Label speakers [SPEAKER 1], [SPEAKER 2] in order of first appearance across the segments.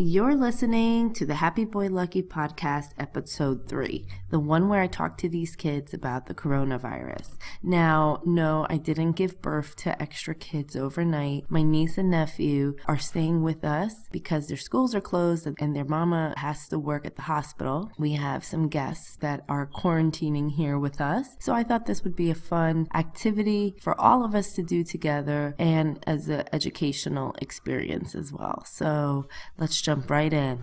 [SPEAKER 1] You're listening to the Happy Boy Lucky podcast, episode three, the one where I talk to these kids about the coronavirus. Now, no, I didn't give birth to extra kids overnight. My niece and nephew are staying with us because their schools are closed and their mama has to work at the hospital. We have some guests that are quarantining here with us. So I thought this would be a fun activity for all of us to do together and as an educational experience as well. So let's jump right in.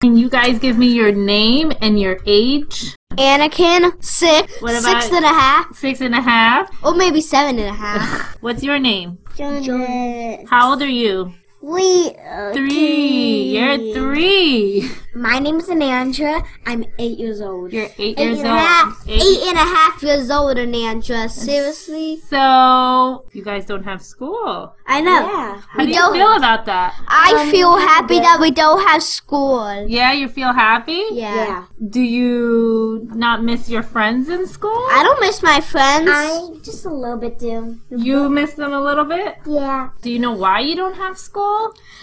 [SPEAKER 2] Can you guys give me your name and your age?
[SPEAKER 3] Anakin, six,
[SPEAKER 2] What
[SPEAKER 3] six
[SPEAKER 2] about-
[SPEAKER 3] and a half,
[SPEAKER 2] Six and a half.
[SPEAKER 3] or maybe seven and a half.
[SPEAKER 2] What's your name?
[SPEAKER 3] Jonas.
[SPEAKER 2] How old are you?
[SPEAKER 3] We
[SPEAKER 2] Three. You're three.
[SPEAKER 3] My name's Anandra. I'm eight years old.
[SPEAKER 2] You're eight
[SPEAKER 3] eight
[SPEAKER 2] years
[SPEAKER 3] and a
[SPEAKER 2] old.
[SPEAKER 3] half-
[SPEAKER 2] Eight.
[SPEAKER 3] eight and a half years old, Anandra. Seriously,
[SPEAKER 2] So you guys don't have school.
[SPEAKER 3] I know. Yeah.
[SPEAKER 2] How do you feel about that?
[SPEAKER 3] I feel happy that we don't have school.
[SPEAKER 2] Yeah, you feel happy?
[SPEAKER 3] yeah.
[SPEAKER 2] Do you not miss your friends in school?
[SPEAKER 3] I don't miss my friends.
[SPEAKER 4] just a little bit do.
[SPEAKER 2] You miss them a little bit?
[SPEAKER 4] Yeah.
[SPEAKER 2] Do you know why you don't have school?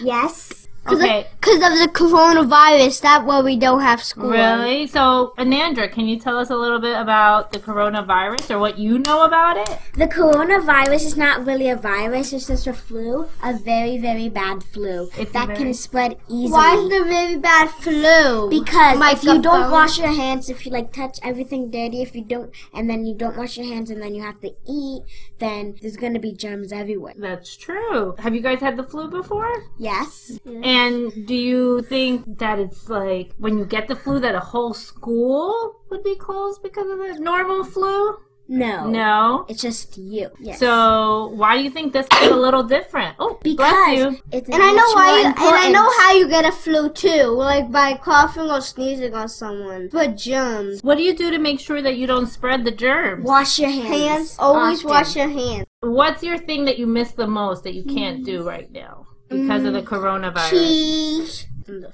[SPEAKER 4] Yes.
[SPEAKER 3] Cause Oh,
[SPEAKER 2] Okay.
[SPEAKER 3] of, 'cause of the coronavirus, that's why we don't have school.
[SPEAKER 2] Really? So, Anandra, can you tell us a little bit about the coronavirus or what you know about it?
[SPEAKER 4] The coronavirus is not really a virus, it's just a flu, a very, very bad flu
[SPEAKER 2] It's
[SPEAKER 4] that
[SPEAKER 2] very-
[SPEAKER 4] can spread easily.
[SPEAKER 3] Why is the very bad flu?
[SPEAKER 4] Because
[SPEAKER 3] Like
[SPEAKER 4] if you
[SPEAKER 3] the
[SPEAKER 4] don't
[SPEAKER 3] phone?
[SPEAKER 4] wash your hands, if you like touch everything dirty, if you don't, and then you don't wash your hands, and then you have to eat, then there's gonna be germs everywhere.
[SPEAKER 2] That's true. Have you guys had the flu before?
[SPEAKER 4] Yes.
[SPEAKER 2] And do you think that it's like when you get the flu that a whole school would be closed because of the normal flu?
[SPEAKER 4] No.
[SPEAKER 2] No.
[SPEAKER 4] It's just you. Yes.
[SPEAKER 2] So why do you think this is a little different? Oh, bless
[SPEAKER 4] because
[SPEAKER 2] you.
[SPEAKER 4] it's
[SPEAKER 3] And I know
[SPEAKER 4] much
[SPEAKER 3] why.
[SPEAKER 4] more
[SPEAKER 3] You, and I know
[SPEAKER 4] important.
[SPEAKER 3] how you get a flu too, like by coughing or sneezing on someone. But germs.
[SPEAKER 2] What do you do to make sure that you don't spread the germs?
[SPEAKER 4] wash your hands.
[SPEAKER 3] Hands. Always
[SPEAKER 4] often.
[SPEAKER 3] wash your hands.
[SPEAKER 2] What's your thing that you miss the most that you can't
[SPEAKER 4] Mm.
[SPEAKER 2] do right now because of the coronavirus?
[SPEAKER 3] Cheese.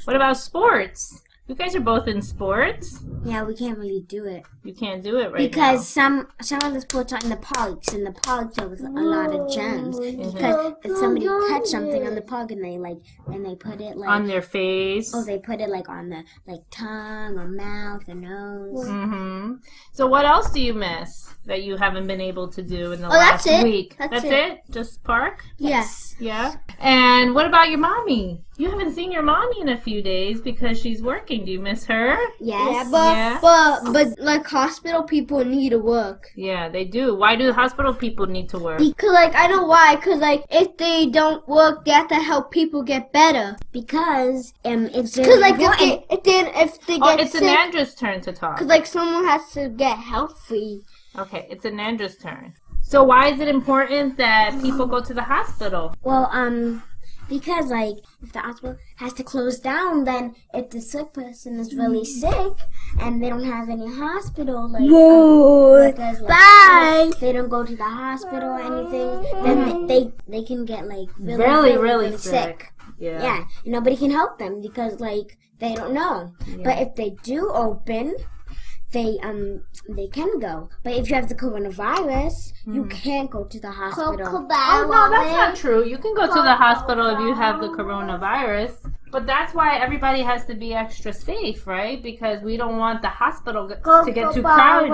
[SPEAKER 2] What about sports? You guys are both in sports.
[SPEAKER 4] Yeah, we can't really do it.
[SPEAKER 2] You can't do it right now.
[SPEAKER 4] because some some of the sports are in the parks, and the parks are with a lot of germs. Because if somebody touched something on the park, and they like, and they put it like,
[SPEAKER 2] on their face.
[SPEAKER 4] oh, they put it like on the like tongue or mouth or nose.
[SPEAKER 2] hmm So what else do you miss that you haven't been able to do in the last
[SPEAKER 3] Oh, that's it.
[SPEAKER 2] week?
[SPEAKER 3] That's
[SPEAKER 2] it.
[SPEAKER 3] it.
[SPEAKER 2] Just park?
[SPEAKER 3] Yes.
[SPEAKER 2] Yeah. And what about your mommy? You haven't seen your mommy in a few days because she's working. Do you miss her?
[SPEAKER 4] Yes.
[SPEAKER 3] Yeah, but
[SPEAKER 2] Yeah.
[SPEAKER 3] but but like hospital people need to work.
[SPEAKER 2] Yeah, they do. Why do hospital people need to work?
[SPEAKER 3] Because like I know why. Because like if they don't work, they have to help people get better.
[SPEAKER 4] because um, it's
[SPEAKER 3] Because
[SPEAKER 4] very
[SPEAKER 3] like if
[SPEAKER 4] important.
[SPEAKER 3] they if they, if they
[SPEAKER 2] Oh,
[SPEAKER 3] get
[SPEAKER 2] it's
[SPEAKER 3] sick,
[SPEAKER 2] Anandra's turn to talk.
[SPEAKER 3] because like someone has to get healthy.
[SPEAKER 2] Okay, it's Anandra's turn. So why is it important that people go to the hospital?
[SPEAKER 4] Well, um, because like if the hospital has to close down, then if the sick person is really sick and they don't have any hospital, like, um, workers, like,
[SPEAKER 3] Bye.
[SPEAKER 4] they don't go to the hospital or anything, then they they can get like really
[SPEAKER 2] Really, really sick.
[SPEAKER 4] sick. Yeah, and nobody can help them because like they don't know. But if they do open, they um they can go. But if you have the coronavirus, you can't go to the hospital.
[SPEAKER 2] Oh no, that's not true. You can go to the
[SPEAKER 4] Oh,
[SPEAKER 2] hospital if you have the coronavirus. But that's why everybody has to be extra safe, right? Because we don't want the hospital to get too crowded.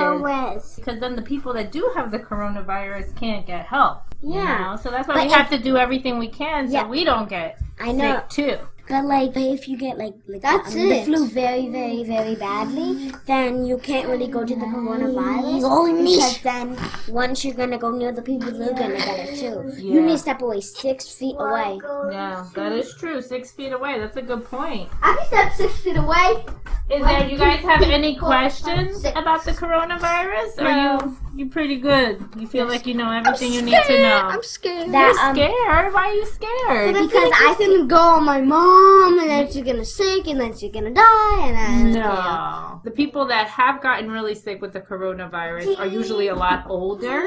[SPEAKER 2] Because then the people that do have the coronavirus can't get help. you
[SPEAKER 4] Yeah.
[SPEAKER 2] know? So that's why
[SPEAKER 4] But
[SPEAKER 2] we
[SPEAKER 4] if-
[SPEAKER 2] have to do everything we can so
[SPEAKER 4] Yeah.
[SPEAKER 2] we don't get
[SPEAKER 4] I know.
[SPEAKER 2] sick too.
[SPEAKER 4] But like, but if you get like, like
[SPEAKER 3] That's
[SPEAKER 4] the, um,
[SPEAKER 3] it.
[SPEAKER 4] the flu very, very, very badly, then you can't really go to the coronavirus because then once you're gonna go near the people, they're gonna get it too. You
[SPEAKER 2] Yeah.
[SPEAKER 4] need to step away six feet away.
[SPEAKER 2] Yeah, that is true. Six feet away. That's a good point.
[SPEAKER 3] I can step six feet away.
[SPEAKER 2] Is there? You guys have any questions about the coronavirus? Are you you pretty good? You feel like you know everything you need to know.
[SPEAKER 3] I'm scared.
[SPEAKER 4] That
[SPEAKER 2] You're
[SPEAKER 4] um,
[SPEAKER 2] scared? Why are you scared?
[SPEAKER 3] because I can go on my mom, and then she's gonna sick, and then she's gonna die, and then
[SPEAKER 2] No. The people that have gotten really sick with the coronavirus are usually a lot older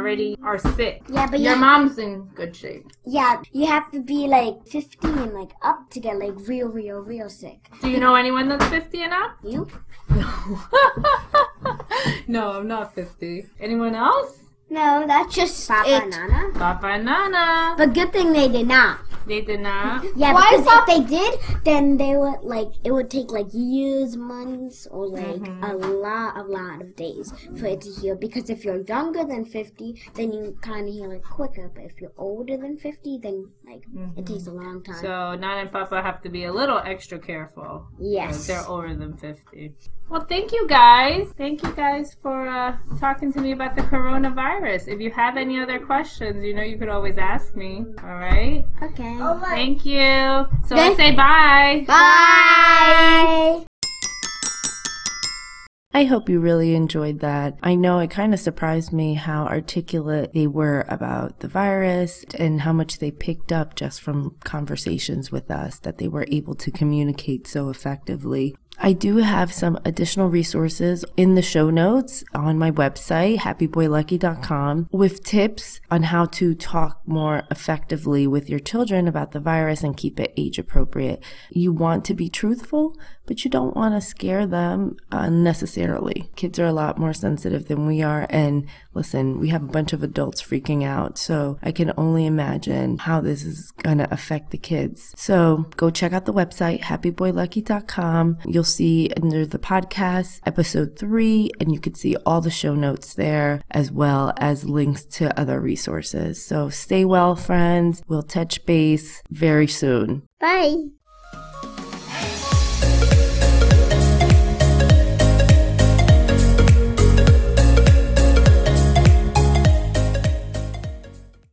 [SPEAKER 2] already are sick.
[SPEAKER 4] Yeah, but
[SPEAKER 2] Your
[SPEAKER 4] you,
[SPEAKER 2] mom's in good shape.
[SPEAKER 4] yeah, you have to be like 15, like up to get like real, real, real sick.
[SPEAKER 2] Do you know anyone that's 50 and up?
[SPEAKER 4] You?
[SPEAKER 2] No. no, I'm not 50. Anyone else?
[SPEAKER 3] No, that's just
[SPEAKER 4] Papa
[SPEAKER 3] it.
[SPEAKER 4] Nana?
[SPEAKER 2] Papa and Nana.
[SPEAKER 4] But good thing they did not.
[SPEAKER 2] They did not.
[SPEAKER 4] Yeah,
[SPEAKER 3] Why is
[SPEAKER 4] because if they did, then they would like it would take like years, months, or like a
[SPEAKER 3] Mm-hmm.
[SPEAKER 4] lot, a lot of days for it to heal. Because if you're younger than fifty, then you kind of heal it quicker. But if you're older than fifty, then like
[SPEAKER 3] Mm-hmm.
[SPEAKER 4] it takes a long time.
[SPEAKER 2] So Nana and Papa have to be a little extra careful.
[SPEAKER 4] yes.
[SPEAKER 2] They're older than 50. Well, thank you guys. Thank you guys for uh, talking to me about the coronavirus. If you have any other questions, you know you could always ask me. All right.
[SPEAKER 4] okay.
[SPEAKER 3] Oh,
[SPEAKER 2] Thank you. So let's say bye.
[SPEAKER 4] Bye.
[SPEAKER 1] I hope you really enjoyed that. I know it kind of surprised me how articulate they were about the virus and how much they picked up just from conversations with us that they were able to communicate so effectively. I do have some additional resources in the show notes on my website, happyboylucky.com, with tips on how to talk more effectively with your children about the virus and keep it age appropriate. You want to be truthful, but you don't want to scare them unnecessarily. Kids are a lot more sensitive than we are. And listen, we have a bunch of adults freaking out. So I can only imagine how this is going to affect the kids. So go check out the website, happyboylucky.com. You'll see under the podcast, episode three, and you could see all the show notes there as well as links to other resources. So stay well, friends. We'll touch base very soon.
[SPEAKER 3] Bye.